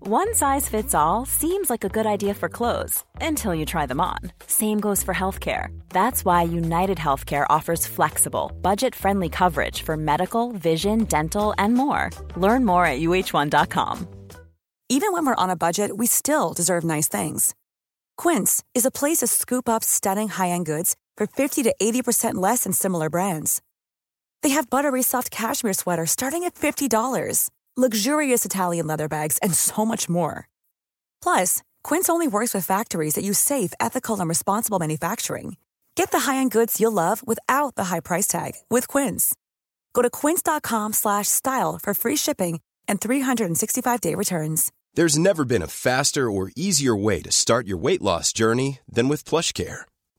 One size fits all seems like a good idea for clothes until you try them on. Same goes for healthcare. That's why United Healthcare offers flexible, budget friendly coverage for medical, vision, dental, and more. Learn more at uh1.com. Even when we're on a budget, we still deserve nice things. Quince is a place to scoop up stunning high end goods for 50 to 80% less than similar brands. They have buttery soft cashmere sweaters starting at $50, luxurious Italian leather bags, and so much more. Plus, Quince only works with factories that use safe, ethical, and responsible manufacturing. Get the high-end goods you'll love without the high price tag with Quince. Go to quince.com/style for free shipping and 365-day returns. There's never been a faster or easier way to start your weight loss journey than with PlushCare.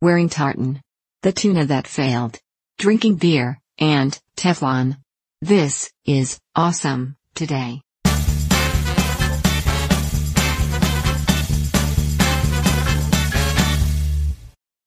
Wearing tartan. The tuna that failed. Drinking beer, and Teflon. This is awesome today.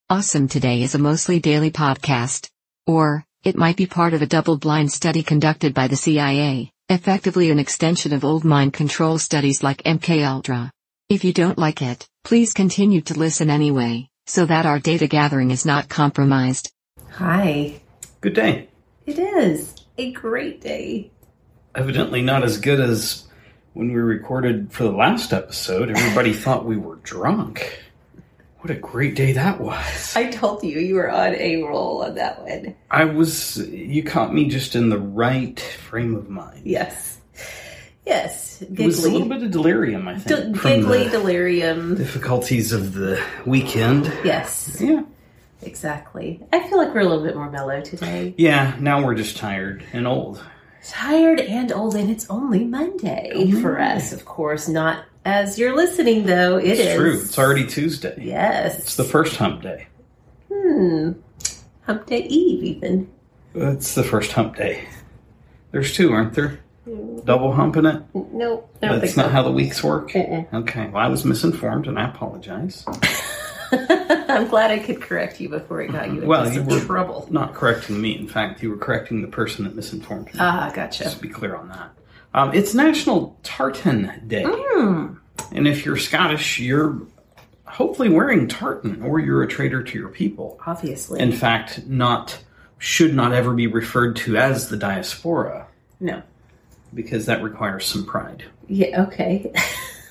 Awesome Today is a mostly daily podcast. Or, it might be part of a double blind study conducted by the CIA, effectively an extension of old mind control studies like MKUltra. If you don't like it, please continue to listen anyway, so that our data gathering is not compromised. Hi. Good day. It is a great day. Evidently not as good as when we recorded for the last episode. Everybody thought we were drunk. What a great day that was. I told you you were on a roll on that one. I was you caught me just in the right frame of mind. Yes. Yes. Giggly. It was a little bit of delirium, I Del- think. from giggly the delirium. difficulties of the weekend. Yes, Yeah. exactly. I feel like we're a little bit more mellow today. Yeah, now we're just tired and old. Tired and old, and it's only Monday Oh, for us, of course. Not as you're listening, though. It It's is. true. It's already Tuesday. Yes. It's the first hump day. hmm. Hump Day Eve, even. It's the first hump day. There's two, aren't there? Double hump in it? Nope. I don't That's think not how the weeks work. Uh-uh. Okay. Well, I was misinformed, and I apologize. so. I'm glad I could correct you before it got you into Well, you some were trouble. not correcting me. In fact, you were correcting the person that misinformed me. Ah, gotcha. Just to be clear on that. Um, it's National Tartan Day, Mm. and if you're Scottish, you're hopefully wearing tartan, or you're a traitor to your people. Obviously. In fact, not should not ever be referred to as the diaspora no. because that requires some pride. Yeah, okay.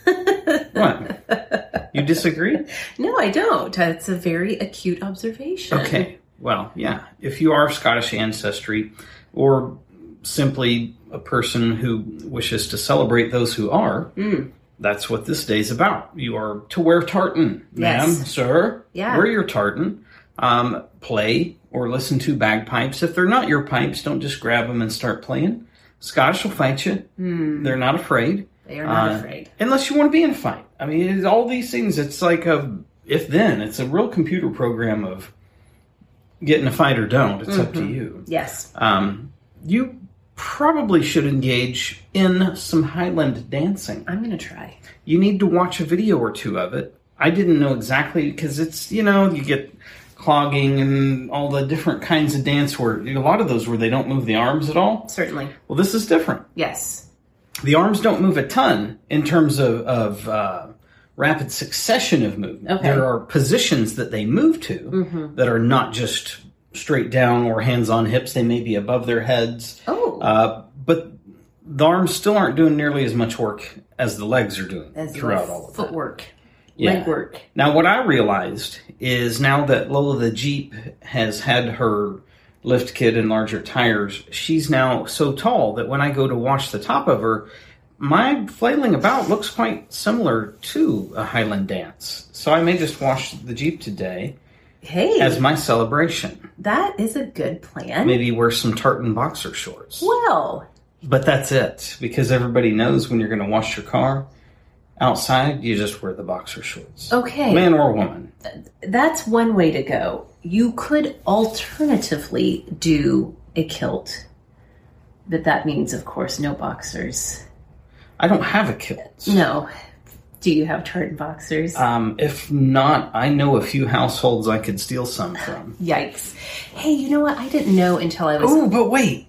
What? you disagree? no, I don't. That's a very acute observation. Okay. Well, yeah. If you are of Scottish ancestry or simply a person who wishes to celebrate those who are, Mm. that's what this day's about. You are to wear tartan, ma'am, Yes. sir. Yeah. Wear your tartan. Um, play or listen to bagpipes. If they're not your pipes, don't just grab them and start playing. Scottish will fight you. Hmm. They're not afraid. They are not Uh, afraid. Unless you want to be in a fight. I mean, it's all these things, it's like a if then. It's a real computer program of get in a fight or don't. It's up to you. Yes. Um, you probably should engage in some Highland dancing. I'm going to try. You need to watch a video or two of it. I didn't know exactly because it's, you know, you get clogging and all the different kinds of dance where a lot of those where they don't move the arms at all. Certainly. Well, this is different Yes. the arms don't move a ton in terms of, of uh, rapid succession of movement. Okay. Mm-hmm. There are positions that they move to that are not just straight down or hands on hips. They may be above their heads, Oh. uh, but the arms still aren't doing nearly as much work as the legs are doing As throughout your all of that. footwork, Yeah. leg work. Now, what I realized is now that Lola the Jeep has had her lift kit and larger tires, she's now so tall that when I go to wash the top of her, my flailing about looks quite similar to a Highland dance. So I may just wash the Jeep today Hey, as my celebration. that is a good plan. Maybe wear some tartan boxer shorts. Well, But that's it, because everybody knows when you're going to wash your car, Outside, you just wear the boxer shorts. Okay. Man or woman. That's one way to go. You could alternatively do a kilt, but that means, of course, no boxers. I don't have a kilt. No. Do you have tartan boxers? Um, if not, I know a few households I could steal some from. Yikes. Hey, you know what? I didn't know until I was. Oh, but wait.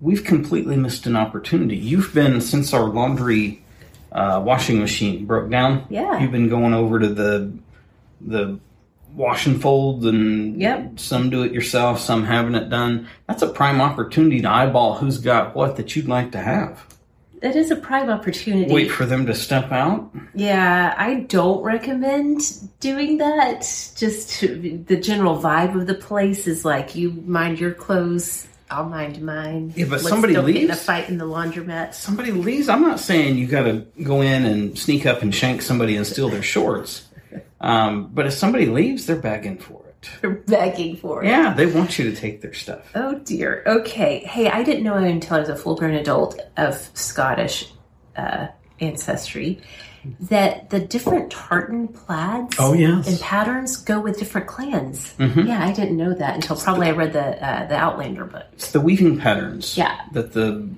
We've completely missed an opportunity. You've been, since our laundry uh, washing machine broke down, Yeah. you've been going over to the the wash and fold and Yep. some do it yourself, some having it done. That's a prime opportunity to eyeball who's got what that you'd like to have. That is a prime opportunity. Wait for them to step out. Yeah, I don't recommend doing that. Just to, the general vibe of the place is like you mind your clothes, I'll mind mine. Yeah, but somebody don't get in a leaves? fight in the laundromat. somebody leaves, I'm not saying you got to go in and sneak up and shank somebody and steal their shorts. Um, but if somebody leaves, they're begging for it. They're begging for it. Yeah, they want you to take their stuff. Oh dear. Okay. Hey, I didn't know until I was a full grown adult of Scottish uh, ancestry that the different tartan plaids Oh, yes. Mm-hmm. and patterns go with different clans. Yeah, I didn't know that until probably I read the uh, the Outlander book. It's the weaving patterns Yeah. that the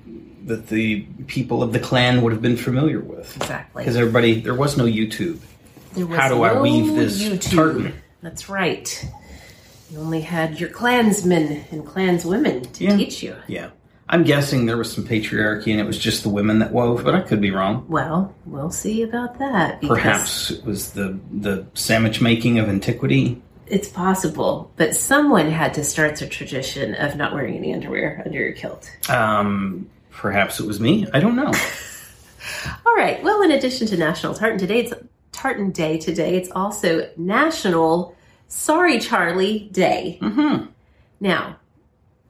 that the people of the clan would have been familiar with. Exactly. Because everybody, there was no YouTube. There was How do I no weave this YouTube. tartan? That's right. You only had your clansmen and clanswomen to Yeah. teach you. Yeah. I'm guessing there was some patriarchy and it was just the women that wove, but I could be wrong. Well, we'll see about that. because Perhaps it was the, the sandwich making of antiquity. It's possible, but someone had to start the tradition of not wearing any underwear under your kilt. Um, perhaps it was me. I don't know. All right. Well, in addition to National Tartan Today, it's Tartan Day today. It's also National Sorry Charlie Day. Mm-hmm. Now,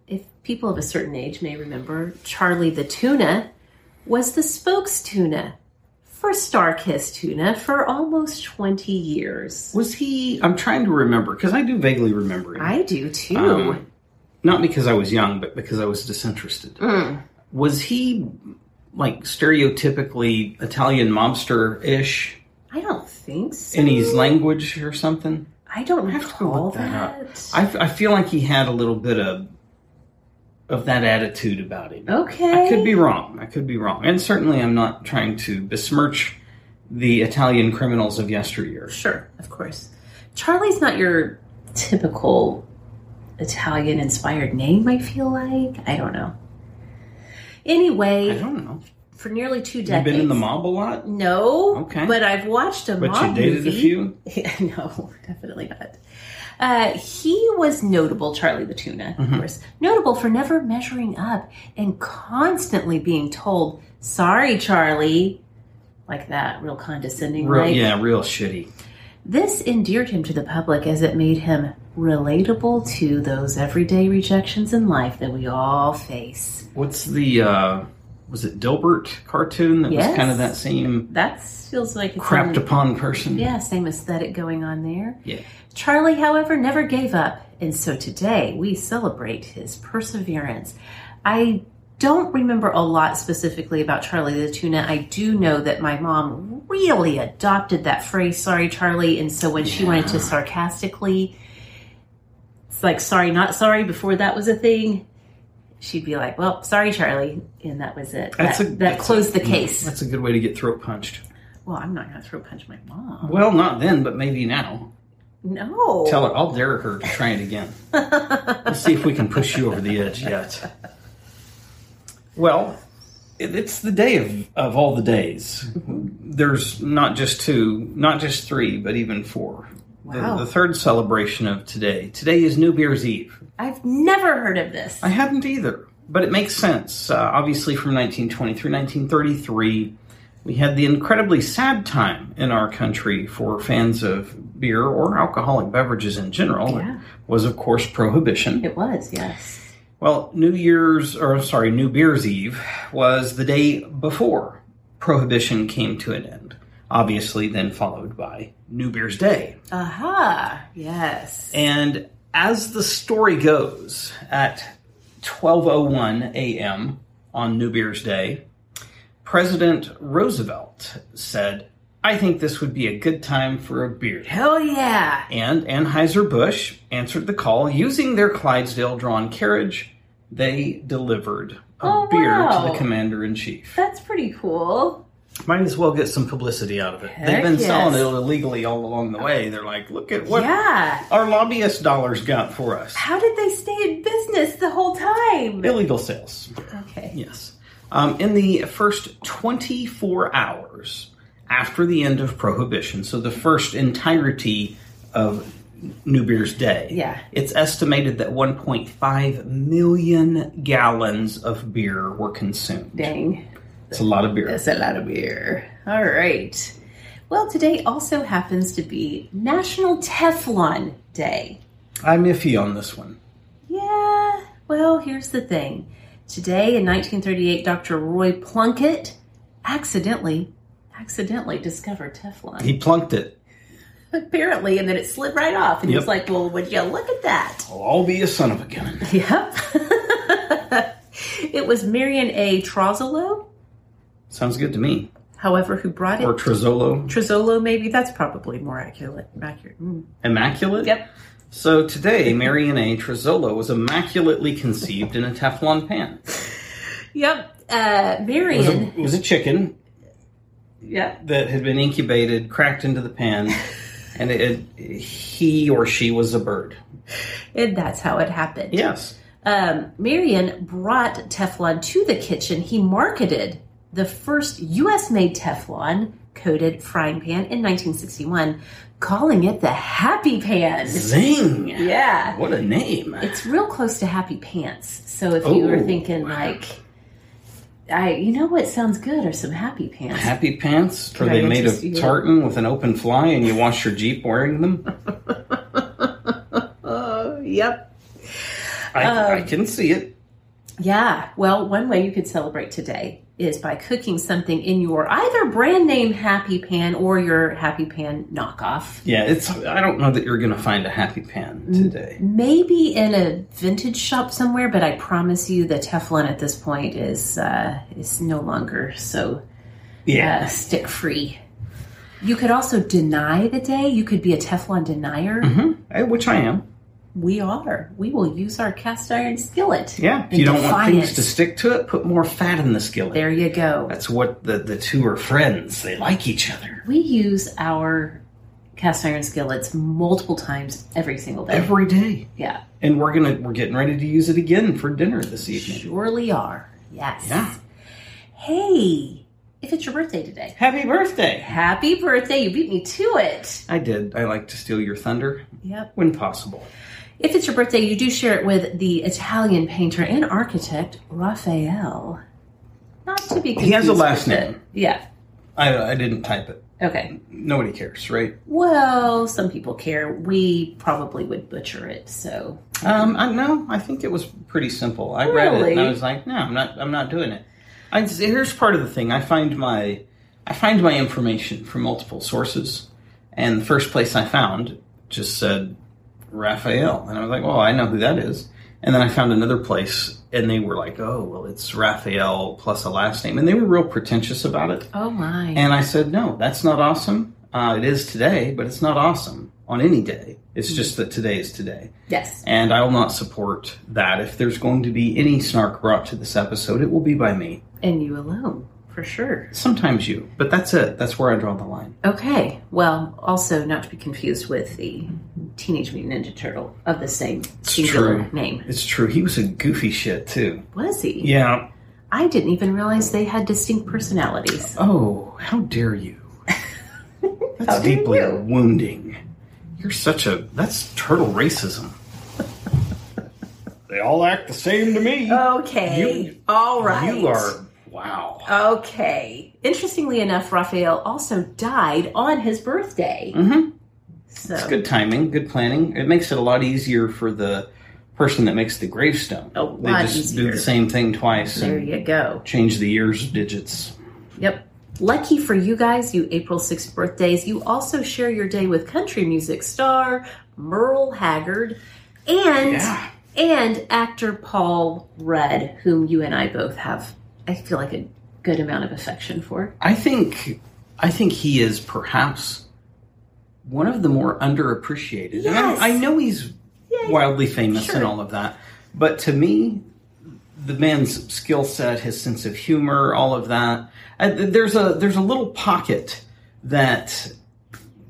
if people of a certain age may remember, Charlie the tuna was the spokes tuna for Starkist tuna for almost 20 years. Was he? I'm trying to remember because I do vaguely remember him. I do too. Um, Not because I was young, but because I was disinterested. Hmm. Was he like stereotypically Italian mobster ish I don't think so. in his language or something? I don't I have to go recall look that, that. up. I, I feel like he had a little bit of of that attitude about him. Okay. I could be wrong. I could be wrong. And certainly, I'm not trying to besmirch the Italian criminals of yesteryear. Sure, of course. Charlie's not your typical Italian inspired name, I feel like. I don't know. Anyway, I don't know. for nearly two You've decades. been in the mob a lot, No. Okay. But I've watched a but mob you dated movie. a few. no, definitely not. Uh, he was notable, Charlie the Tuna, of Mm-hmm. course, notable for never measuring up and constantly being told, sorry, Charlie, like that, real condescending, Real, right? Yeah, real shitty. This endeared him to the public as it made him relatable to those everyday rejections in life that we all face. What's the uh, was it Dilbert cartoon that Yes. was kind of that same That feels like it's crapped on- upon person? Yeah, same aesthetic going on there. Yeah. Charlie, however, never gave up, and so today we celebrate his perseverance. I don't remember a lot specifically about Charlie the Tuna. I do know that my mom really adopted that phrase, sorry, Charlie, and so when she wanted to sarcastically, it's like sorry, not sorry, before that was a thing. She'd be like, "Well, sorry, Charlie," and that was it. That's that a- that that's a- mm, closed the case. That's a good way to get throat punched. well, I'm not gonna throw punch my mom. Well, not then, but maybe now. No, Mm. Tell her I'll dare her to try it again. Let's see if we can push you over the edge yet. Well, it, it's the day of, of all the days. There's not just two, not just three, but even four. The- Wow. the third celebration of today. Today is New Year's Eve. I've never heard of this. I hadn't either, but it makes sense. Uh, obviously, from 1920 through 1933, we had the incredibly sad time in our country for fans of beer or alcoholic beverages in general. Yeah. It was, of course, prohibition. It was, yes. Well, New Year's, or sorry, New Beer's Eve was the day before prohibition came to an end. Obviously, then followed by New Beer's Day. Aha, yes. And as the story goes, oh at 12:01 a.m. on New Year's Day, President Roosevelt said, I think this would be a good time for a beer. Hell yeah! And Anheuser-Busch answered the call using their Clydesdale drawn carriage. They delivered a Oh, beer to wow. the commander in chief. That's pretty cool. Might as well get some publicity out of it. Heck They've been yes. selling it illegally all along the way. They're like, look at what Yeah. our lobbyist dollars got for us. How did they stay in business the whole time? Illegal sales. Okay. Yes. Um, in the first 24 hours after the end of Prohibition, so the first entirety of New Beer's Day, Yeah. it's estimated that 1.5 million gallons of beer were consumed. Dang. It's a lot of beer. That's a lot of beer. All right. Well, today also happens to be National Teflon Day. I'm iffy on this one. Yeah, well, here's the thing. Today in 1938, Dr. Roy Plunkett accidentally, accidentally discovered Teflon. He plunked it. Apparently, and then it slid right off. And he was Yep. like, well, would you look at that? I'll all be a son of a gun. Yep. it was Marion A. Trozolo, Sounds good to me. however, who brought it. Or Trizzolo. Trozolo, maybe. That's probably more accurate. accurate. Mm. Immaculate? Yep. So today, Marion A. Trizzolo was immaculately conceived in a Teflon pan. Yep. Uh, It was, a, Marion. it was a chicken Yep. that had been incubated, cracked into the pan, and it, it- he or she was a bird. And that's how it happened. Yes. um, Marion brought Teflon to the kitchen. He marketed the first US made Teflon coated frying pan in 1961, calling it the Happy Pan. Zing! Yeah. What a name. It's real close to Happy Pants. So if you were Oh, thinking, like, I, you know what sounds good are some Happy Pants. Happy pants? Are they I made interest of you? tartan with an open fly and you wash your Jeep wearing them? Oh, yep. Um, I, I can see it. Yeah. Well, one way you could celebrate today is by cooking something in your either brand name Happy Pan or your Happy Pan knockoff. Yeah, it's. I don't know that you're going to find a happy pan today. maybe in a vintage shop somewhere, but I promise you the Teflon at this point is uh, is no longer so uh, Yeah. stick free. You could also deny the day. You could be a Teflon denier. Eh, Which I am. We are. We will use our cast iron skillet. Yeah. If in you don't want things defiance. to stick to it, put more fat in the skillet. There you go. That's what the, the two are friends. They like each other. We use our cast iron skillets multiple times every single day. Every day. yeah. And we're gonna we're getting ready to use it again for dinner this evening. Surely are. Yes. Yeah. Hey, if it's your birthday today. Happy birthday. Happy birthday. You beat me to it. I did. I like to steal your thunder Yep. when possible. If it's your birthday, you do share it with the Italian painter and architect Raphael. Not to be confused. He has a last with the- name. Yeah. I I didn't type it. Okay. Nobody cares, right? Well, some people care. We probably would butcher it. So, Um, I, no, I think it was pretty simple. I read it and I Really? was like, no, I'm not. I'm not doing it. I, here's part of the thing. I find my I find my information from multiple sources, and the first place I found just said Raphael, and I was like, well, I know who that is. And then I found another place, and they were like, oh, well, it's Raphael plus a last name, and they were real pretentious about it. oh my. And I said, no, that's not awesome. Uh, it is today, but it's not awesome on any day. It's just that today is today. yes. And I will not support that. If there's going to be any snark brought to this episode, it will be by me. And you alone, for sure. Sometimes you, but that's it. That's where I draw the line. Okay. Well, also not to be confused with the Teenage Mutant Ninja Turtle of the same singular true. name. It's true. He was a goofy shit, too. Was he? Yeah. I didn't even realize they had distinct personalities. Oh, how dare you? That's deeply wounding. You're such a. That's turtle racism. they all act the same to me. Okay. You- All right. You are. Wow. Okay. Interestingly enough, Raphael also died on his birthday. Mhm. So It's good timing, good planning. It makes it a lot easier for the person that makes the gravestone. A they lot just do easier. the same thing twice there and you go. change the year's digits. Yep. Lucky for you guys, you April 6th birthdays, you also share your day with country music star Merle Haggard and Yeah. and actor Paul Rudd, whom you and I both have I feel like a good amount of affection for. I think I think he is perhaps one of the more underappreciated. And I- Yes. I, know he's wildly famous and Sure. all of that, but to me, the man's skill set, his sense of humor, all of that. I, there's a there's a little pocket that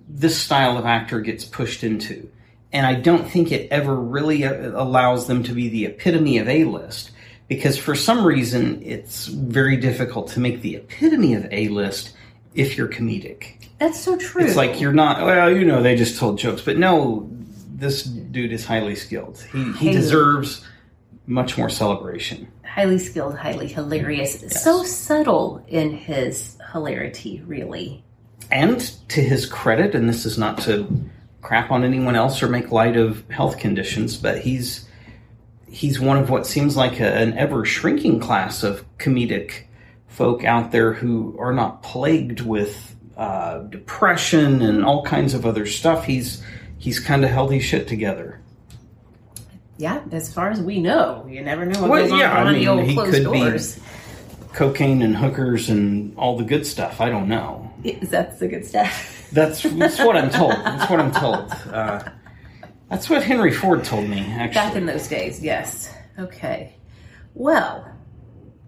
this style of actor gets pushed into, and I don't think it ever really uh, allows them to be the epitome of A list because for some reason it's very difficult to make the epitome of A list if you're comedic. That's so true. It's like you're not. Well, you know, they just told jokes, but no, this dude is highly skilled. He he deserves much more celebration. highly skilled, highly hilarious, so subtle in his hilarity, really. And to his credit, and this is not to crap on anyone else or make light of health conditions, but he's he's one of what seems like a, an ever shrinking class of comedic folk out there who are not plagued with uh, depression and all kinds of other stuff. He's he's kind of held his shit together. Yeah, as far as we know, you never know what Well, goes on yeah, I behind the mean, old he closed could be- doors. cocaine and hookers and all the good stuff. I don't know. That's the good stuff. That's, that's what I'm told. That's what I'm told. Uh, that's what Henry Ford told me, Back actually. in those days, yes. Okay. Well,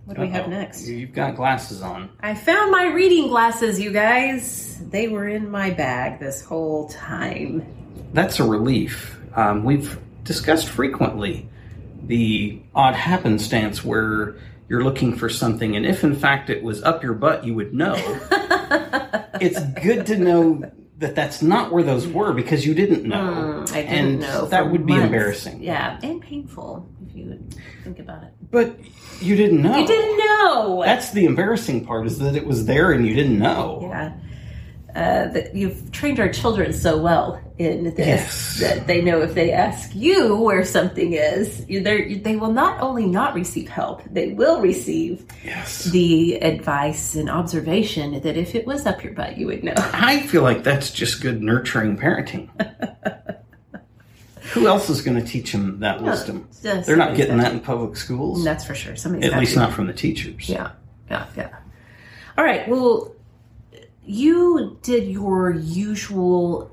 what do we have Uh-oh. next? You've got glasses on. I found my reading glasses, you guys. They were in my bag this whole time. That's a relief. Um, we've discussed frequently the odd happenstance where you're looking for something, and if in fact it was up your butt, you would know. it's good to know that that's not where those were because you didn't know. I didn't and know. for that would be months. embarrassing. Yeah, and painful if you would think about it. But you didn't know. You didn't know. That's the embarrassing part is that it was there and you didn't know. Yeah. Uh, that you've trained our children so well in this Yes. that they know if they ask you where something is, you- they're- they will not only not receive help, they will receive Yes. the advice and observation that if it was up your butt, you would know. I feel like that's just good nurturing parenting. Who else is going to teach them that wisdom? Yes, They're not somebody's getting got that in public schools. That's for sure. Somebody's At got least to. not from the teachers. Yeah, yeah, yeah. All right. Well, you did your usual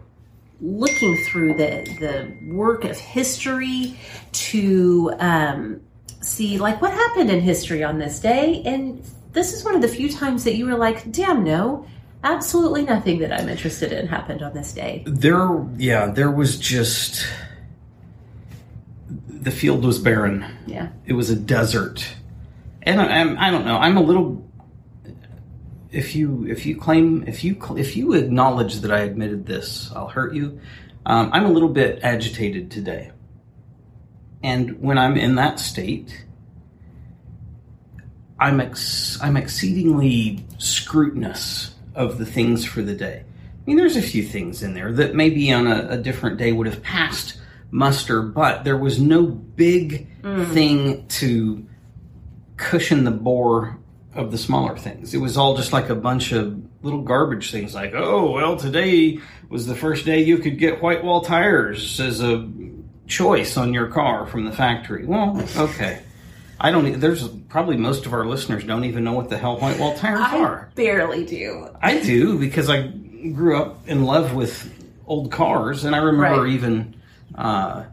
looking through the the work of history to um, see like what happened in history on this day, and this is one of the few times that you were like, "Damn, no." Absolutely nothing that I'm interested in happened on this day. There yeah, there was just the field was barren. Yeah. it was a desert and I, I'm, I don't know i'm a little if you if you claim if you cl- if you acknowledge that i admitted this i'll hurt you um, i'm a little bit agitated today and when i'm in that state i'm ex- i'm exceedingly scrutinous of the things for the day i mean there's a few things in there that maybe on a, a different day would have passed muster but there was no big thing to cushion the bore of the smaller things. It was all just like a bunch of little garbage things like, oh, well, today was the first day you could get white wall tires as a choice on your car from the factory. Well, okay. I don't, e- there's probably most of our listeners don't even know what the hell white wall tires I are. barely do. I do because I grew up in love with old cars, and I remember Right. even uh,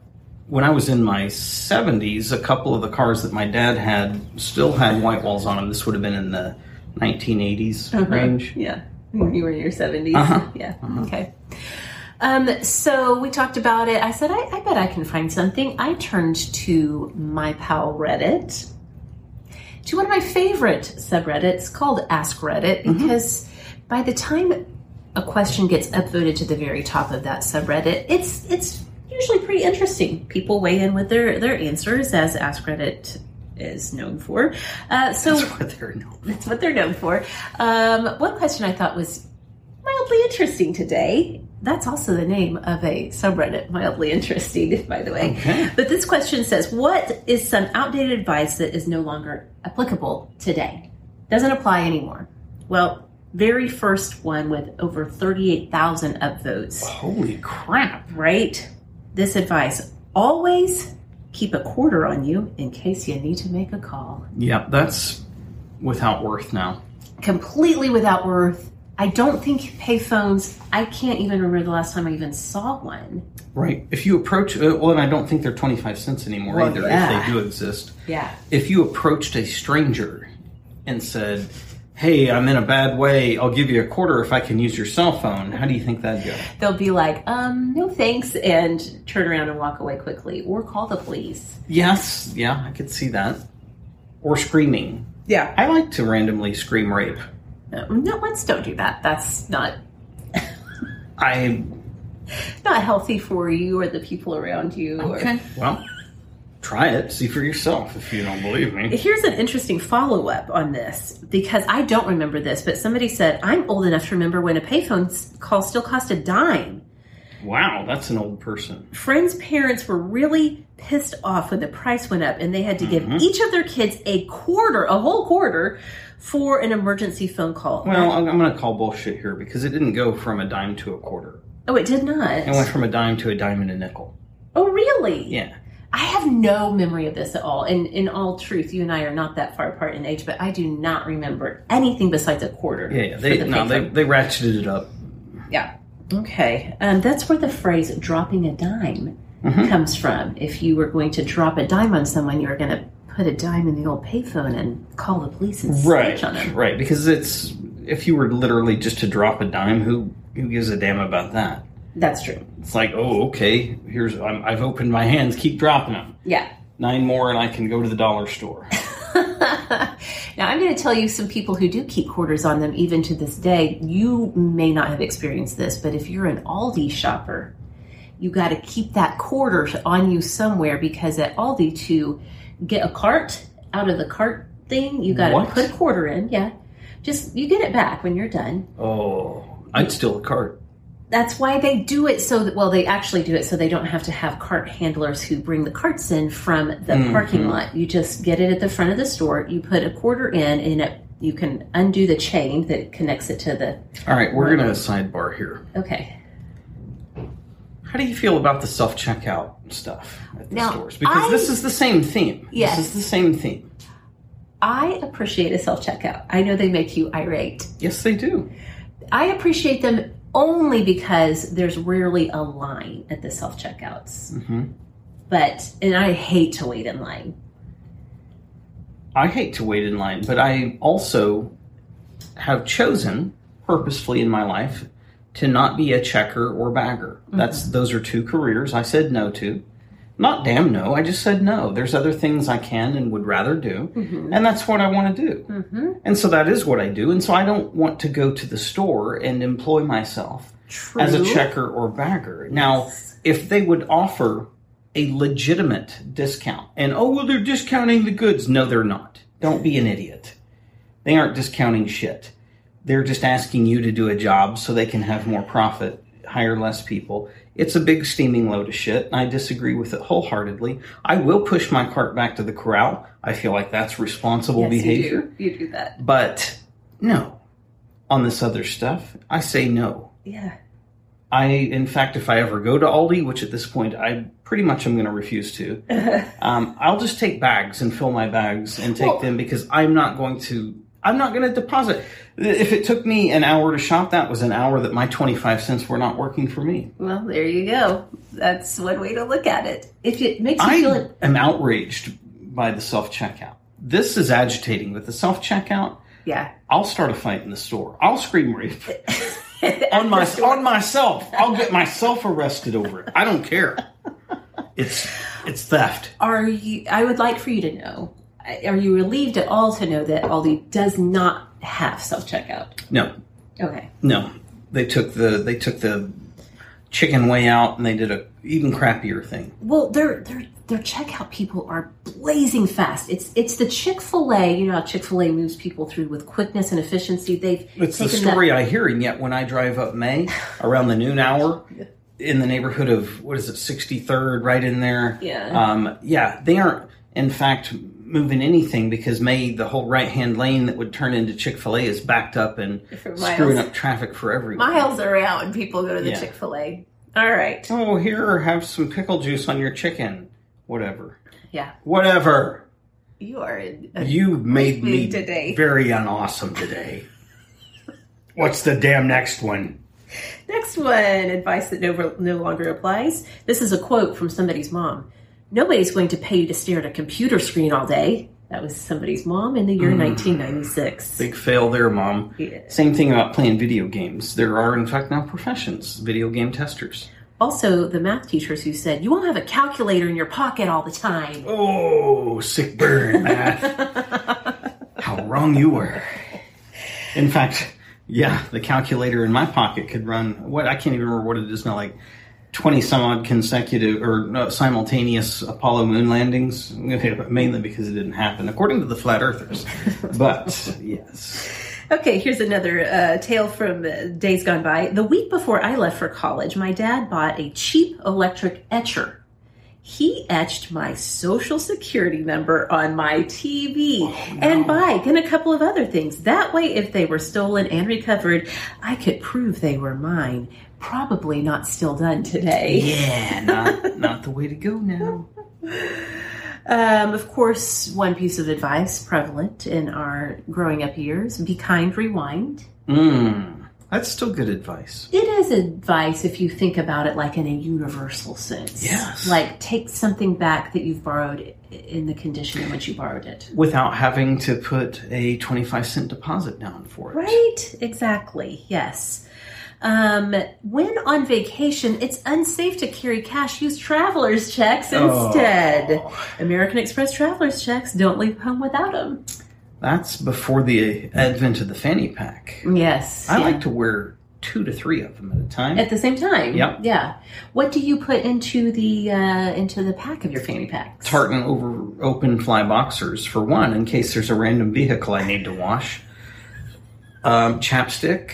when I was in my seventies, a couple of the cars that my dad had still had white walls on them. This would have been in the nineteen range. Uh-huh. Yeah. When you were in your 70s. Yeah. Okay. Um, so we talked about it. I said, I, I bet I can find something. I turned to my pal Reddit, to one of my favorite subreddits called Ask Reddit, because by the time a question gets upvoted to the very top of that subreddit, it's it's usually pretty interesting. People weigh in with their, their answers, as Ask Reddit is known for. Uh, so But they're no. that's what they're known for. Um, one question I thought was mildly interesting today. That's also the name of a subreddit, mildly interesting, by the way. But this question says, "What is some outdated advice that is no longer applicable today? Doesn't apply anymore." Well, very first one with over thirty-eight thousand upvotes Holy crap! right? This advice always keep a quarter on you in case you need to make a call. Yeah, that's without worth now. completely without worth. I don't think payphones. I can't even remember the last time I even saw one. Right. If you approach, uh, well, and I don't think they're 25 cents anymore Well, either, yeah. if they do exist. Yeah. If you approached a stranger and said, hey, I'm in a bad way, I'll give you a quarter if I can use your cell phone, how do you think that'd go? They'll be like, um, no thanks, and turn around and walk away quickly or call the police. Yes, yeah, I could see that. Or screaming. Yeah. I like to randomly scream rape. No, no let's don't do that. That's not I, not healthy for you or the people around you. or- well, try it, see for yourself if you don't believe me. Here's an interesting follow up on this because I don't remember this, but somebody said, I'm old enough to remember when a payphone s- call still cost a dime. Wow, that's an old person. Friends' parents were really pissed off when the price went up and they had to give Mm-hmm. each of their kids a quarter, a whole quarter, for an emergency phone call. Well, I'm, I'm going to call bullshit here because it didn't go from a dime to a quarter. oh, it did It went not. from a dime to a dime and a nickel. Oh, really? Yeah. I have no memory of this at all. And in all truth, you and I are not that far apart in age, but I do not remember anything besides a quarter. Yeah, yeah. for They, the no, they, payphone. they ratcheted it up. Yeah. Okay. Um, that's where the phrase dropping a dime comes from. If you were going to drop a dime on someone, you were going to put a dime in the old payphone and call the police and snitch on them. Right, because it's if you were literally just to drop a dime, who who gives a damn about that? That's true. It's like, oh, okay, here's I'm, I've opened my hands, keep dropping them. Yeah. Nine more, and I can go to the dollar store. Now, I'm going to tell you some people who do keep quarters on them, even to this day. You may not have experienced this, but if you're an Aldi shopper, you got to keep that quarter on you somewhere because at Aldi, to get a cart out of the cart thing, you got What? to put a quarter in. Yeah. Just you get it back when you're done. oh, I'd steal a cart. That's why they do it so that, well, they actually do it so they don't have to have cart handlers who bring the carts in from the parking lot. You just get it at the front of the store, you put a quarter in, and it, you can undo the chain that connects it to the. All right, we're gonna sidebar here. Okay. How do you feel about the self checkout stuff at the Now, stores? Because I- this is the same theme. Yes. This is the same theme. I appreciate a self checkout. I know they make you irate. Yes, they do. I appreciate them only because there's rarely a line at the self checkouts. But, and I hate to wait in line. I hate to wait in line, but I also have chosen purposefully in my life to not be a checker or bagger. That's those are two careers I said no to. Not damn no, I just said no. There's other things I can and would rather do, and that's what I want to do. And so that is what I do, and so I don't want to go to the store and employ myself True. as a checker or bagger. Now, if they would offer a legitimate discount, and oh, well, they're discounting the goods. No, they're not. Don't be an idiot. They aren't discounting shit. They're just asking you to do a job so they can have more profit, hire less people. It's a big steaming load of shit, and I disagree with it wholeheartedly. I will push my cart back to the corral. I feel like that's responsible Yes, behavior. You do. you do that. But no, on this other stuff, I say no. Yeah. I, in fact, if I ever go to Aldi, which at this point I pretty much am going to refuse to, um, I'll just take bags and fill my bags and take Well- them because I'm not going to. I'm not going to deposit. If it took me an hour to shop, that was an hour that my 25 cents were not working for me. Well, there you go. That's one way to look at it. If it makes you feel I it, am outraged by the self checkout. This is agitating. With the self checkout, yeah, I'll start a fight in the store. I'll scream rape on my on myself. I'll get myself arrested over it. I don't care. It's it's theft. are you? I would like for you to know. Are you relieved at all to know that Aldi does not have self checkout? No, Okay, no. They took the they took the chicken way out and they did a even crappier thing. Well, their their their checkout people are blazing fast. It's it's the Chick Fil A. You know how Chick Fil A moves people through with quickness and efficiency. They've It's the taken that- story I hear, and yet when I drive up May around the noon hour in the neighborhood of what is it, sixty third, right in there. Yeah. Um, yeah, they aren't in fact moving anything because May the whole right hand lane that would turn into Chick fil A is backed up and For miles. screwing up traffic for everyone. miles around. People go to the Yeah. Chick Fil A. All right, Oh, here have some pickle juice on your chicken. Whatever. yeah, Whatever. you are in. You made Me me today. very unawesome today. What's the damn next one? Next one advice that no, no longer applies. This is a quote from somebody's mom. Nobody's going to pay you to stare at a computer screen all day. That was somebody's mom in the year 1996. Big fail there, Mom. Yeah. Same thing about playing video games. There are, in fact, now professions video game testers. Also, the math teachers who said, You won't have a calculator in your pocket all the time. Oh, sick burn, Matt. How wrong you were. In fact, yeah, the calculator in my pocket could run what I can't even remember what it is now, like twenty some odd consecutive or no, simultaneous Apollo moon landings, mainly because it didn't happen, according to the flat earthers. But yes, Okay, here's another uh, tale from uh, days gone by. The week before I left for college, my dad bought a cheap electric etcher. He etched my social security number on my TV and bike and a couple of other things. That way, if they were stolen and recovered, I could prove they were mine. Probably not still done today. yeah, not not the way to go now. Um, of course, one piece of advice prevalent in our growing up years be kind, rewind. Mm, that's still good advice. It is advice if you think about it like in a universal sense. Yes. Like take something back that you've borrowed i- in the condition in which you borrowed it. Without having to put a twenty-five cent deposit down for it. Right? Exactly. Yes. Um, when on vacation, it's unsafe to carry cash. Use traveler's checks instead. American Express traveler's checks. Don't leave home without them. That's before the advent of the fanny pack. Yes. I yeah. like to wear two to three of them at a time. at the same time. Yep. Yeah. What do you put into the uh, into the pack of your fanny pack? Tartan over open fly boxers for one, in case there's a random vehicle I need to wash. Um, chapstick.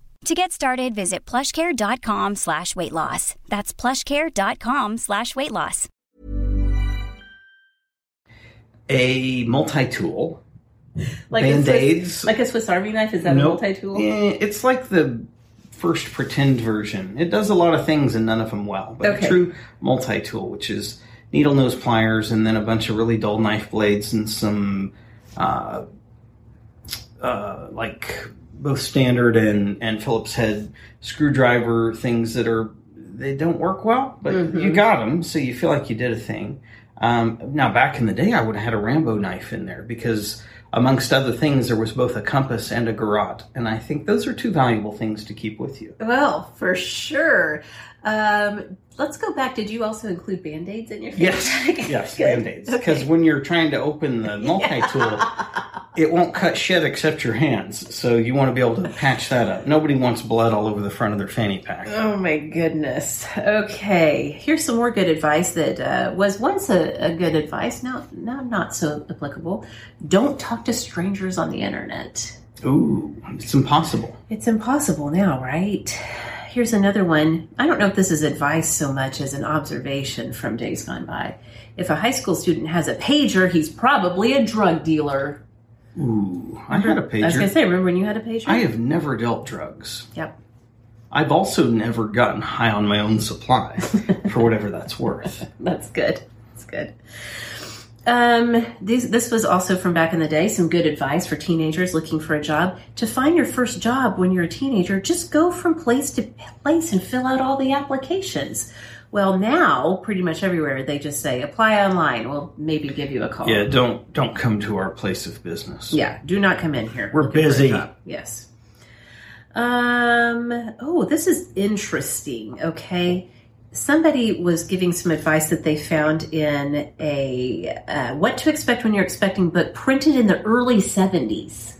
To get started, visit plushcare.com slash weight loss. That's plushcare.com slash weight loss. A multi tool. like a Swiss- Band-Aids? like a Swiss Army knife. Is that a multi tool? Eh, it's like the first pretend version. It does a lot of things and none of them well. But Okay. a true multi tool, which is needle nose pliers and then a bunch of really dull knife blades and some uh, uh, like both standard and, and Phillips head screwdriver things that are they don't work well, but Mm-hmm. you got them, so you feel like you did a thing. Um, now, back in the day, I would have had a Rambo knife in there because, amongst other things, there was both a compass and a garrote, and I think those are two valuable things to keep with you. Well, for sure. Um, let's go back. Did you also include band aids in your? Yes, fanny pack? yes, Good. band aids. Because Okay. when you're trying to open the multi tool, it won't cut shit except your hands. So you want to be able to patch that up. Nobody wants blood all over the front of their fanny pack. Oh my goodness. Okay, here's some more good advice that uh, was once a, a good advice. Now, now not so applicable. Don't talk to strangers on the internet. Ooh, it's impossible. It's impossible now, right? Here's another one. I don't know if this is advice so much as an observation from days gone by. If a high school student has a pager, he's probably a drug dealer. Ooh, I had a I was going pager. to say, remember when you had a pager? I have never dealt drugs. Yep. I've also never gotten high on my own supply, for whatever that's worth. That's good. That's good. Um, these, this was also from back in the day. Some good advice for teenagers looking for a job. To find your first job when you're a teenager, just go from place to place and fill out all the applications. Well, now pretty much everywhere they just say apply online. We'll maybe give you a call. Yeah, don't don't come to our place of business. Yeah, Do not come in here. We're looking for a busy. job. Yes. Um, oh, this is interesting. Okay. Somebody was giving some advice that they found in a uh, What to Expect When You're Expecting book printed in the early 70s.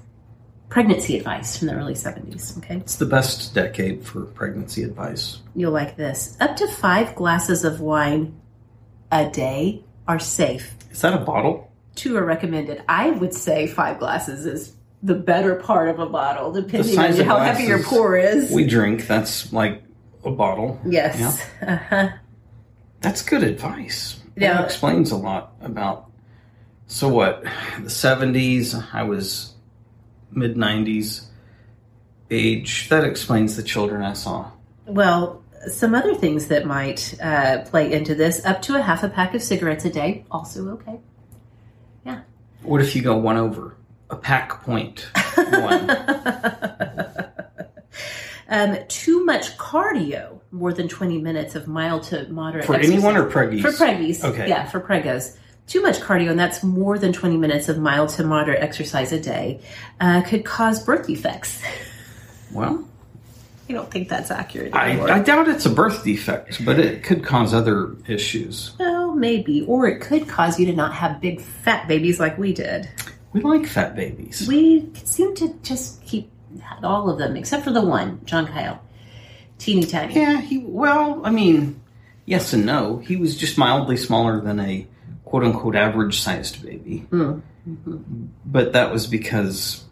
Pregnancy advice from the early 70s. Okay. It's the best decade for pregnancy advice. You'll like this. Up to five glasses of wine a day are safe. Is that a bottle? Two are recommended. I would say five glasses is the better part of a bottle, depending on size of how heavy your glasses pour is. We drink. That's like a bottle. yes. Uh-huh. That's good advice. Yeah. That explains a lot about. So what? The seventies. I was mid nineties age. That explains the children I saw. Well, some other things that might uh, play into this up to a half a pack of cigarettes a day, also okay. Yeah. What if you go one over a pack point? One. Um, too much cardio, more than 20 minutes of mild to moderate For exercise. anyone or preggies? For preggies. Okay. Yeah, for pregos. Too much cardio, and that's more than 20 minutes of mild to moderate exercise a day, uh, could cause birth defects. well, I don't think that's accurate. I, anymore. I doubt it's a birth defect, but it could cause other issues. Well, maybe. Or it could cause you to not have big fat babies like we did. We like fat babies. We seem to just keep all of them, except for the one, John Kyle. Teeny tiny. Yeah, he well, I mean, yes and no. He was just mildly smaller than a quote unquote average sized baby. But that was because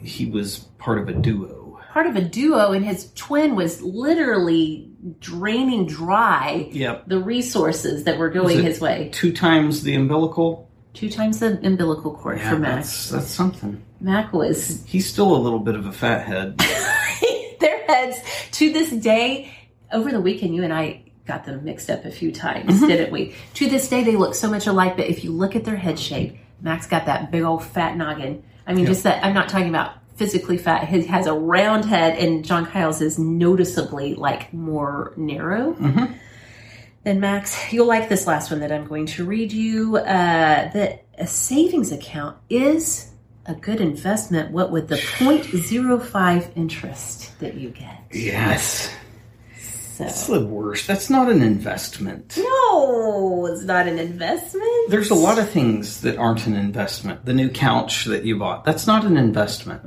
he was part of a duo. Part of a duo, and his twin was literally draining dry Yep. the resources that were going it- his way. Two times the umbilical. Two times the umbilical cord for Mac. that's that's something. Mac was He's still a little bit of a fathead. their heads to this day. Over the weekend, you and I got them mixed up a few times, didn't we? To this day, they look so much alike. But if you look at their head shape, Mac's got that big old fat noggin. I mean, just that. I'm not talking about physically fat. He has a round head, and John Kyle's is noticeably like more narrow. Then Max, you'll like this last one that I'm going to read you. Uh, that a savings account is a good investment. What with the 0.05 interest that you get? yes. That's So the worst. That's not an investment. no, it's not an investment. There's a lot of things that aren't an investment. The new couch that you bought, that's not an investment.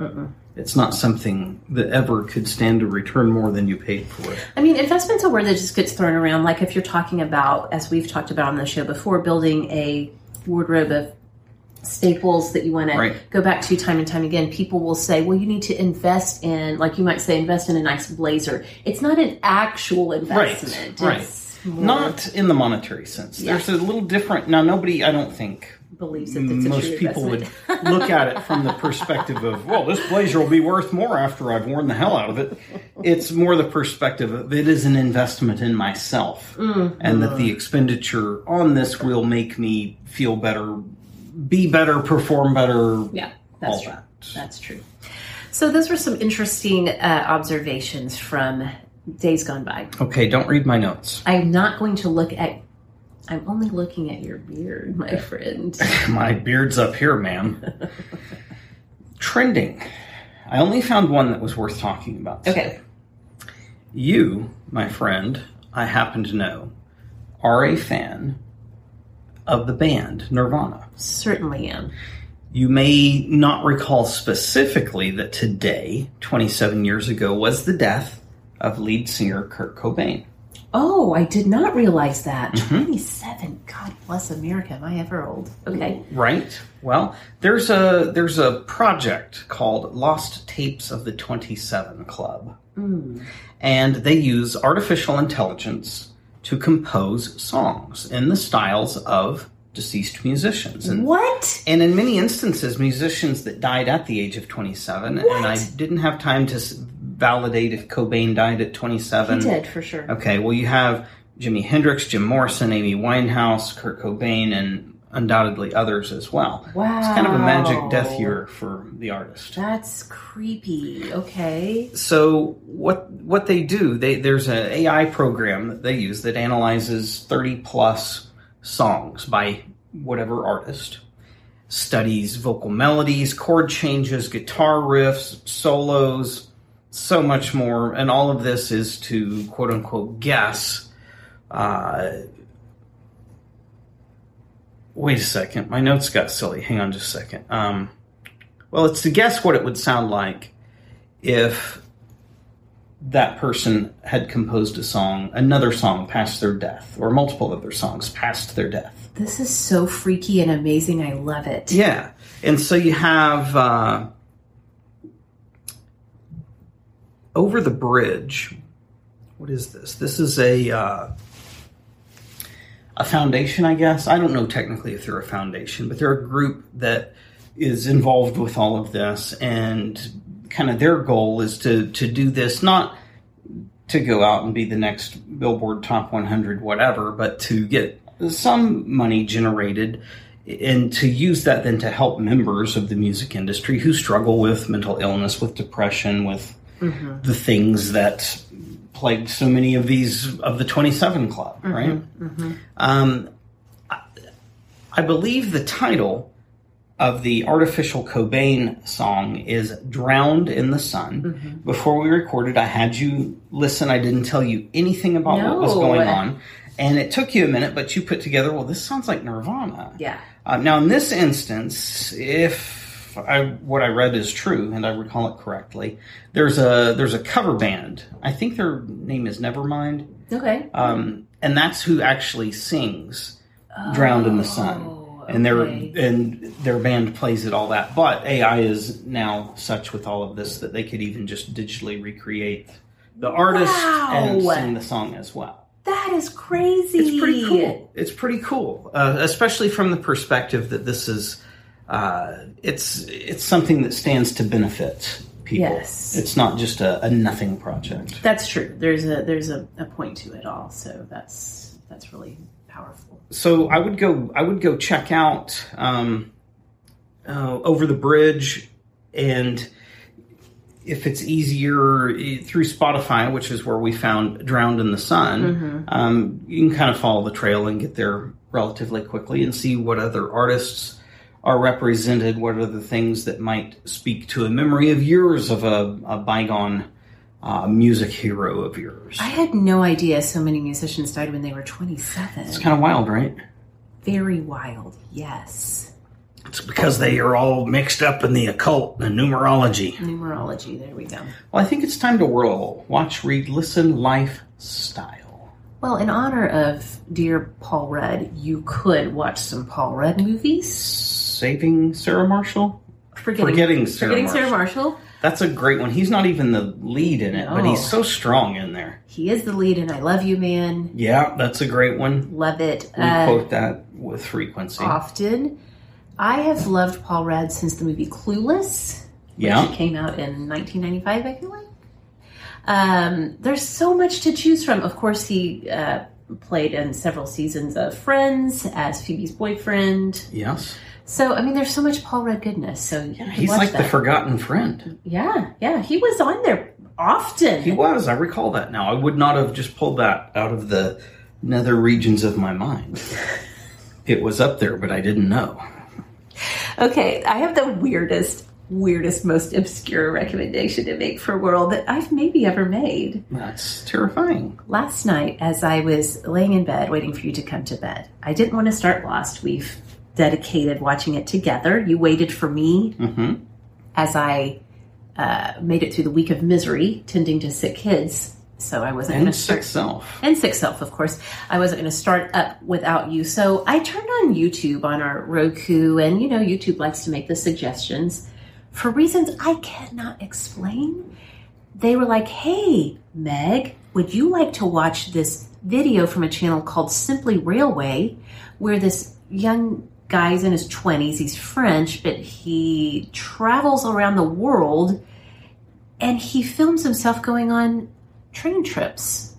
It's not something that ever could stand to return more than you paid for it. I mean, investment's a word that just gets thrown around. Like if you're talking about, as we've talked about on the show before, building a wardrobe of staples that you want Right. to go back to time and time again, people will say, well, you need to invest in, like you might say, invest in a nice blazer. It's not an actual investment. It's right. Not in the monetary sense. There's a little different. Now, nobody, I don't think. believes that it's a Most true people would investment. look at it from the perspective of, well, this blazer will be worth more after I've worn the hell out of it. It's more the perspective of it is an investment in myself, Mm. and that the expenditure on this will make me feel better, be better, perform better. Yeah, that's all true. that. That's true. So those were some interesting uh, observations from days gone by. Okay, don't read my notes. I'm not going to look at. I'm only looking at your beard, my friend. My beard's up here, ma'am. Trending. I only found one that was worth talking about. Okay. today. You, my friend, I happen to know, are a fan of the band Nirvana. Certainly am. You may not recall specifically that today, 27 years ago, was the death of lead singer Kurt Cobain. Oh, I did not realize that. Mm-hmm. 27. God bless America. Am I ever old? Okay. Right. Well, there's a there's a project called Lost Tapes of the 27 Club. Hmm. And they use artificial intelligence to compose songs in the styles of deceased musicians. And What? and in many instances, musicians that died at the age of 27, and I didn't have time to s- validate if Cobain died at 27. He did, for sure. Okay, well, you have Jimi Hendrix, Jim Morrison, Amy Winehouse, Kurt Cobain, and undoubtedly others as well. Wow. It's kind of a magic death year for the artist. That's creepy. Okay. So what what they do? They there's an AI program that they use that analyzes 30 plus songs by whatever artist, studies vocal melodies, chord changes, guitar riffs, solos, so much more. And all of this is to quote unquote guess. Uh, wait a second. My notes got silly. Hang on just a second. Um, well, it's to guess what it would sound like if that person had composed a song, another song past their death, or multiple other songs past their death. This is so freaky and amazing. I love it. Yeah, and so you have uh, over the bridge. What is this? This is a uh, a foundation, I guess. I don't know technically if they're a foundation, but they're a group that is involved with all of this, and kind of their goal is to to do this not to go out and be the next Billboard Top 100, whatever, but to get some money generated and to use that then to help members of the music industry who struggle with mental illness, with depression, with the things that plagued so many of these of the 27 Club, Mm-hmm, right? Um, I, I believe the title of the artificial Cobain song is "Drowned in the Sun." Mm-hmm. Before we recorded, I had you listen. I didn't tell you anything about what was No. going on, and it took you a minute, but you put together, "Well, this sounds like Nirvana." Yeah. Uh, now, in this instance, if I, what I read is true and I recall it correctly, there's a there's a cover band. I think their name is Nevermind, Okay. um, and that's who actually sings "Drowned in the Sun." And their Oh, okay. and their band plays it all that, but AI is now such with all of this that they could even just digitally recreate the artist and Wow. sing the song as well. that is crazy. It's pretty cool. It's pretty cool, uh, especially from the perspective that this is uh, it's it's something that stands to benefit people. Yes. It's not just a, a nothing project. That's true. There's a there's a, a point to it all. So that's that's really powerful. So I would go I would go check out um, uh, over the bridge and. If it's easier eh, through Spotify, which is where we found "Drowned in the Sun," um, you can kind of follow the trail and get there relatively quickly and see what other artists are represented, what are the things that might speak to a memory of yours of a, a bygone uh, music hero of yours. I had no idea so many musicians died when they were 27. It's kind of wild, right? Very wild. Yes. It's because they are all mixed up in the occult and numerology. Numerology. There we go. Well, I think it's time to whirl. Watch, read, listen, lifestyle. Well, in honor of dear Paul Rudd, you could watch some Paul Rudd movies. Saving Sarah Marshall? Forgetting, Forgetting Sarah Forgetting Sarah Marshall. Marshall. That's a great one. He's not even the lead in it, but No. Oh. he's so strong in there. He is the lead in I Love You Man. Yeah, that's a great one. Love it. uh, We quote that with frequency. often. I have loved Paul Rudd since the movie Clueless. yeah. which came out in 1995, I feel like. Um, there's so much to choose from. Of course, he uh, played in several seasons of Friends as Phoebe's boyfriend. Yes. So, I mean, there's so much Paul Rudd goodness. So you can He's watch like the that. forgotten friend. yeah, yeah. He was on there often. He was. I recall that now. I would not have just pulled that out of the nether regions of my mind. it was up there, but I didn't know. Okay, I have the weirdest, weirdest, most obscure recommendation to make for World that I've maybe ever made. That's terrifying. Last night, as I was laying in bed waiting for you to come to bed, I didn't want to start Lost. We've dedicated watching it together. You waited for me Mm-hmm. as I uh, made it through the week of misery, tending to sick kids. So I wasn't going And to start. sick self. And sick self, of course. I wasn't going to start up without you. So I turned on YouTube on our Roku, and you know, YouTube likes to make the suggestions. For reasons I cannot explain, they were like, hey, Meg, would you like to watch this video from a channel called Simply Railway, where this young guy's in his 20s? He's French, but he travels around the world and he films himself going on train trips,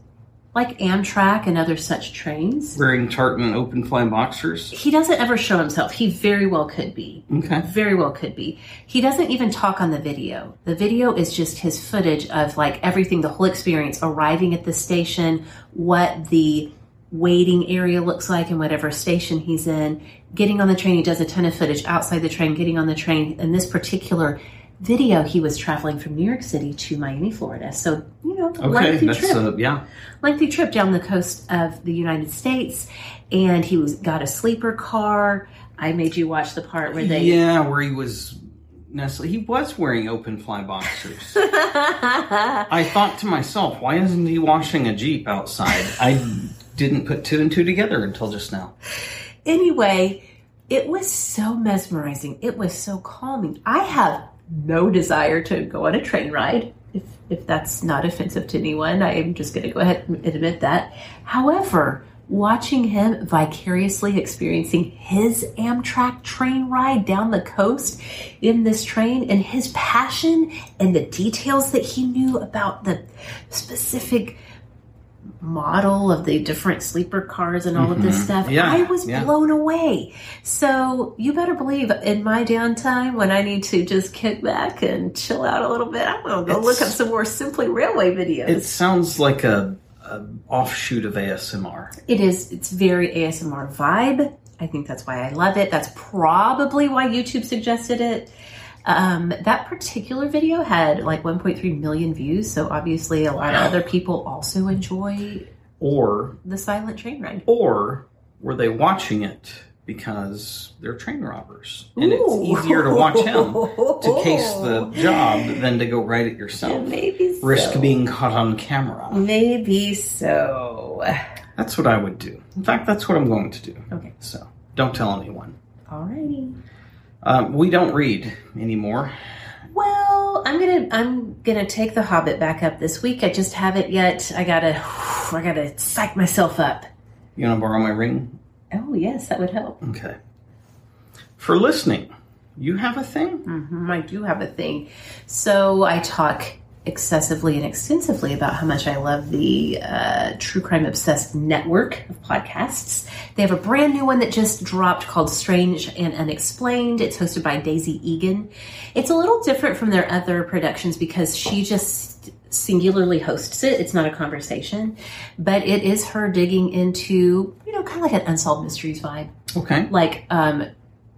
like Amtrak and other such trains. Wearing tartan open flame boxers. He doesn't ever show himself. He very well could be Okay. very well could be. He doesn't even talk on the video. The video is just his footage of like everything, the whole experience, arriving at the station, what the waiting area looks like in whatever station he's in, getting on the train. He does a ton of footage outside the train, getting on the train. In this particular video, he was traveling from New York City to Miami, Florida. So, you know, Okay, lengthy that's trip uh, yeah. lengthy trip down the coast of the United States, and he was got a sleeper car. I made you watch the part where they. Yeah, where he was nestled. He was wearing open fly boxers. I thought to myself, why isn't he washing a Jeep outside? I didn't put two and two together until just now. Anyway, it was so mesmerizing. It was so calming. I have no desire to go on a train ride. If if that's not offensive to anyone, I am just going to go ahead and admit that. However. Watching him vicariously experiencing his Amtrak train ride down the coast in this train and his passion and the details that he knew about the specific model of the different sleeper cars and all of this stuff. Mm-hmm. Yeah, I was yeah. blown away. So you better believe in my downtime when I need to just kick back and chill out a little bit, I'm gonna go look up some more Simply Railway videos. It sounds like a, a offshoot of ASMR. It is. It's very ASMR vibe. I think that's why I love it. That's probably why YouTube suggested it. Um, that particular video had like 1.3 million views, so obviously a lot of other people also enjoy Or the silent train ride. or were they watching it because they're train robbers and Ooh. it's easier to watch him to case the job than to go write it yourself Maybe so. risk being caught on camera Maybe so. that's what i would do in fact that's what i'm going to do Okay. so don't tell anyone Alrighty. um, we don't read anymore Well, I'm gonna I'm gonna take the Hobbit back up this week. I just haven't yet. I gotta I gotta psych myself up. you want to borrow my ring Oh yes, that would help. okay for listening you have a thing Mhm, I do have a thing. So I talk excessively and extensively about how much I love the uh, True Crime Obsessed network of podcasts. They have a brand new one that just dropped called Strange and Unexplained. It's hosted by Daisy Egan. It's a little different from their other productions because she just singularly hosts it. It's not a conversation, but it is her digging into, you know, kind of like an unsolved mysteries vibe. okay Like, um,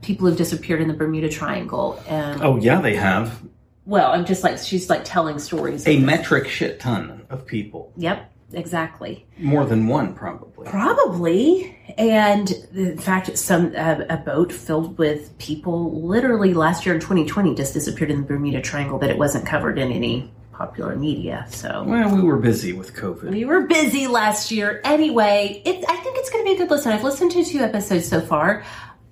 people who've disappeared in the Bermuda Triangle and oh yeah they have well, I'm just like she's like telling stories. a metric shit ton of people Yep, exactly. more than one probably Probably, and in fact, some uh, a boat filled with people literally last year in 2020 just disappeared in the Bermuda Triangle, but it wasn't covered in any popular media. So Well, we were busy with COVID. we were busy last year. Anyway, it, I think it's going to be a good listen. I've listened to two episodes so far.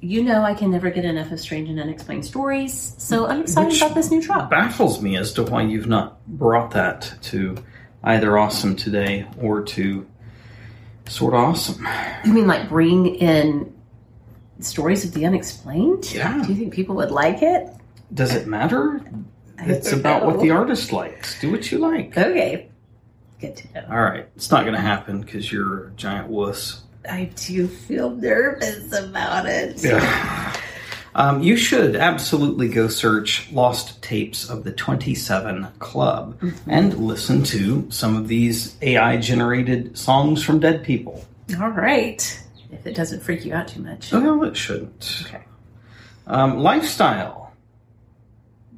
You know, I can never get enough of strange and unexplained stories, so I'm excited Which- about this new It drop. baffles me as to why you've not brought that to either Awesome Today or to Sort of Awesome. You mean like bring in stories of the unexplained? Yeah. Do you think people would like it? Does it matter? It's don't about what know. the artist likes. Do what you like. Okay. Good to know. All right, it's not going to happen because you're a giant wuss. I do feel nervous about it. Um, you should absolutely go search Lost Tapes of the 27 Club Mm-hmm. and listen to some of these AI generated songs from dead people. All right. If it doesn't freak you out too much. Oh, no, it shouldn't. Okay. Um, lifestyle.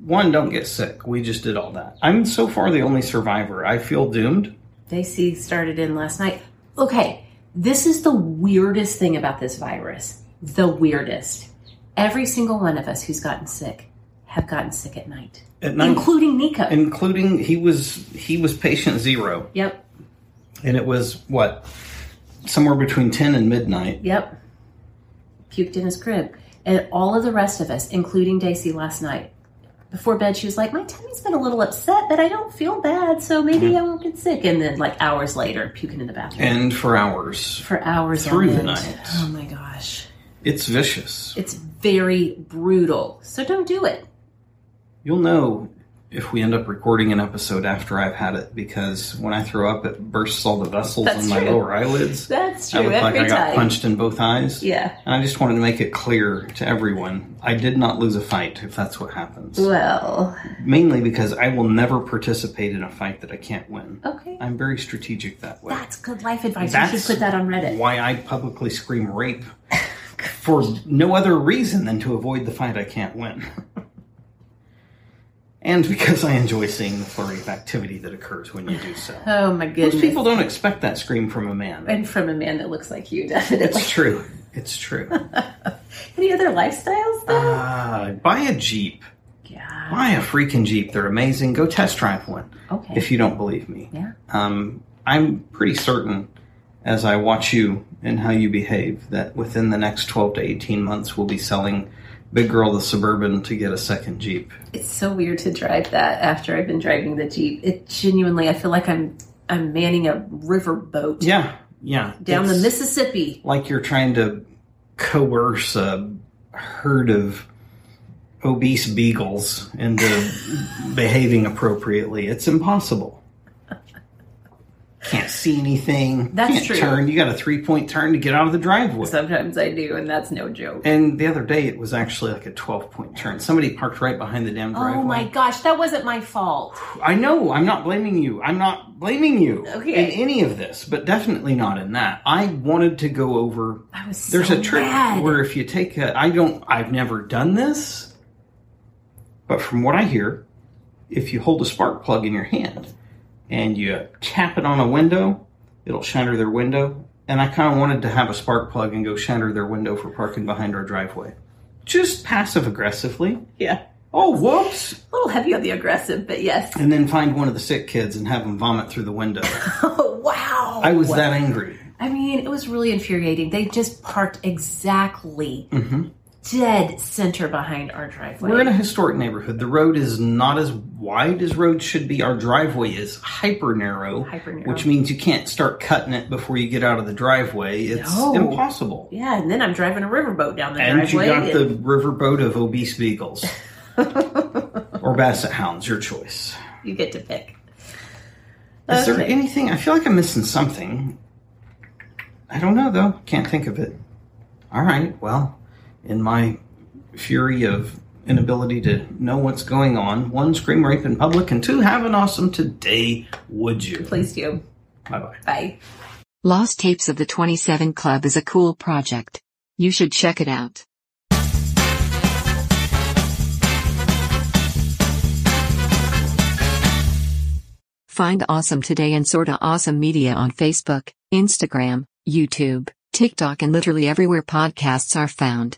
One, don't get sick. We just did all that. I'm so far the only survivor. I feel doomed. Daisy started in last night. Okay, this is the weirdest thing about this virus. The weirdest. Every single one of us who's gotten sick have gotten sick at night, At night, including Nico. including he was he was patient zero, yep, and it was what somewhere between ten and midnight. Yep. Puked in his crib. And all of the rest of us, including Daisy last night, before bed, she was like, My tummy's been a little upset, but I don't feel bad, so maybe I won't get sick. And then, like, hours later, puking in the bathroom. And for hours, For hours on Through the end. night. Oh my gosh. it's vicious. It's very brutal. So don't do it. You'll know if we end up recording an episode after I've had it because when I throw up, it bursts all the vessels That's in my true. lower eyelids. That's I true. look like Every I got time. punched in both eyes. Yeah. And I just wanted to make it clear to everyone I did not lose a fight if that's what happens. Well, Mainly because I will never participate in a fight that I can't win. okay. I'm very strategic that way. That's good life advice. That's you should put that on Reddit. Why I publicly scream rape for no other reason than to avoid the fight I can't win. and because I enjoy seeing the flurry of activity that occurs when you do so. Oh my Most goodness. people don't expect that scream from a man. and from a man that looks like you, definitely. It's true. It's true. Any other lifestyles though? Uh, buy a Jeep. yeah. Buy a freaking Jeep. They're amazing. Go test drive one Okay. if you don't believe me. yeah. Um, I'm pretty certain as I watch you and how you behave that within the next 12 to 18 months we'll be selling Big Girl the Suburban to get a second Jeep. It's so weird to drive that after I've been driving the Jeep. It genuinely I feel like I'm I'm manning a river boat Yeah, yeah. down the It's Mississippi. Like you're trying to coerce a herd of obese beagles into behaving appropriately. It's impossible. Can't see anything. That's Can't true. Turn. You got a three point turn to get out of the driveway. Sometimes I do, and that's no joke. And the other day, it was actually like a 12 point turn. Somebody parked right behind the damn driveway. Oh my gosh, that wasn't my fault. I know, I'm not blaming you. I'm not blaming you Okay. in any of this, but definitely not in that. I wanted to go over. I was There's so a trick mad. where if you take a. I don't. I've never done this, but from what I hear, if you hold a spark plug in your hand and you tap it on a window, it'll shatter their window. And I kind of wanted to have a spark plug and go shatter their window for parking behind our driveway. Just passive aggressively. Yeah. Oh, whoops! A little heavy on the aggressive, but yes. and then find one of the sick kids and have them vomit through the window. Oh, wow. I was that angry. I mean, it was really infuriating. They just parked exactly dead center behind our driveway. Mm-hmm. We're in a historic neighborhood. The road is not as wide as roads should be. Our driveway is hyper narrow, Hyper narrow. which means you can't start cutting it before you get out of the driveway. It's No. impossible. yeah, and then I'm driving a riverboat down the And you driveway. got the and- riverboat of obese beagles or basset hounds, your choice. you get to pick. Is there Okay. anything? I feel like I'm missing something. I don't know though. Can't think of it. All right. Well, in my fury of inability to know what's going on, one scream rape in public, and two have an awesome today. Would you? Please do. Bye bye. Bye. Lost Tapes of the 27 Club is a cool project. You should check it out. Find Awesome Today and Sorta Awesome Media on Facebook, Instagram, YouTube, TikTok, and literally everywhere podcasts are found.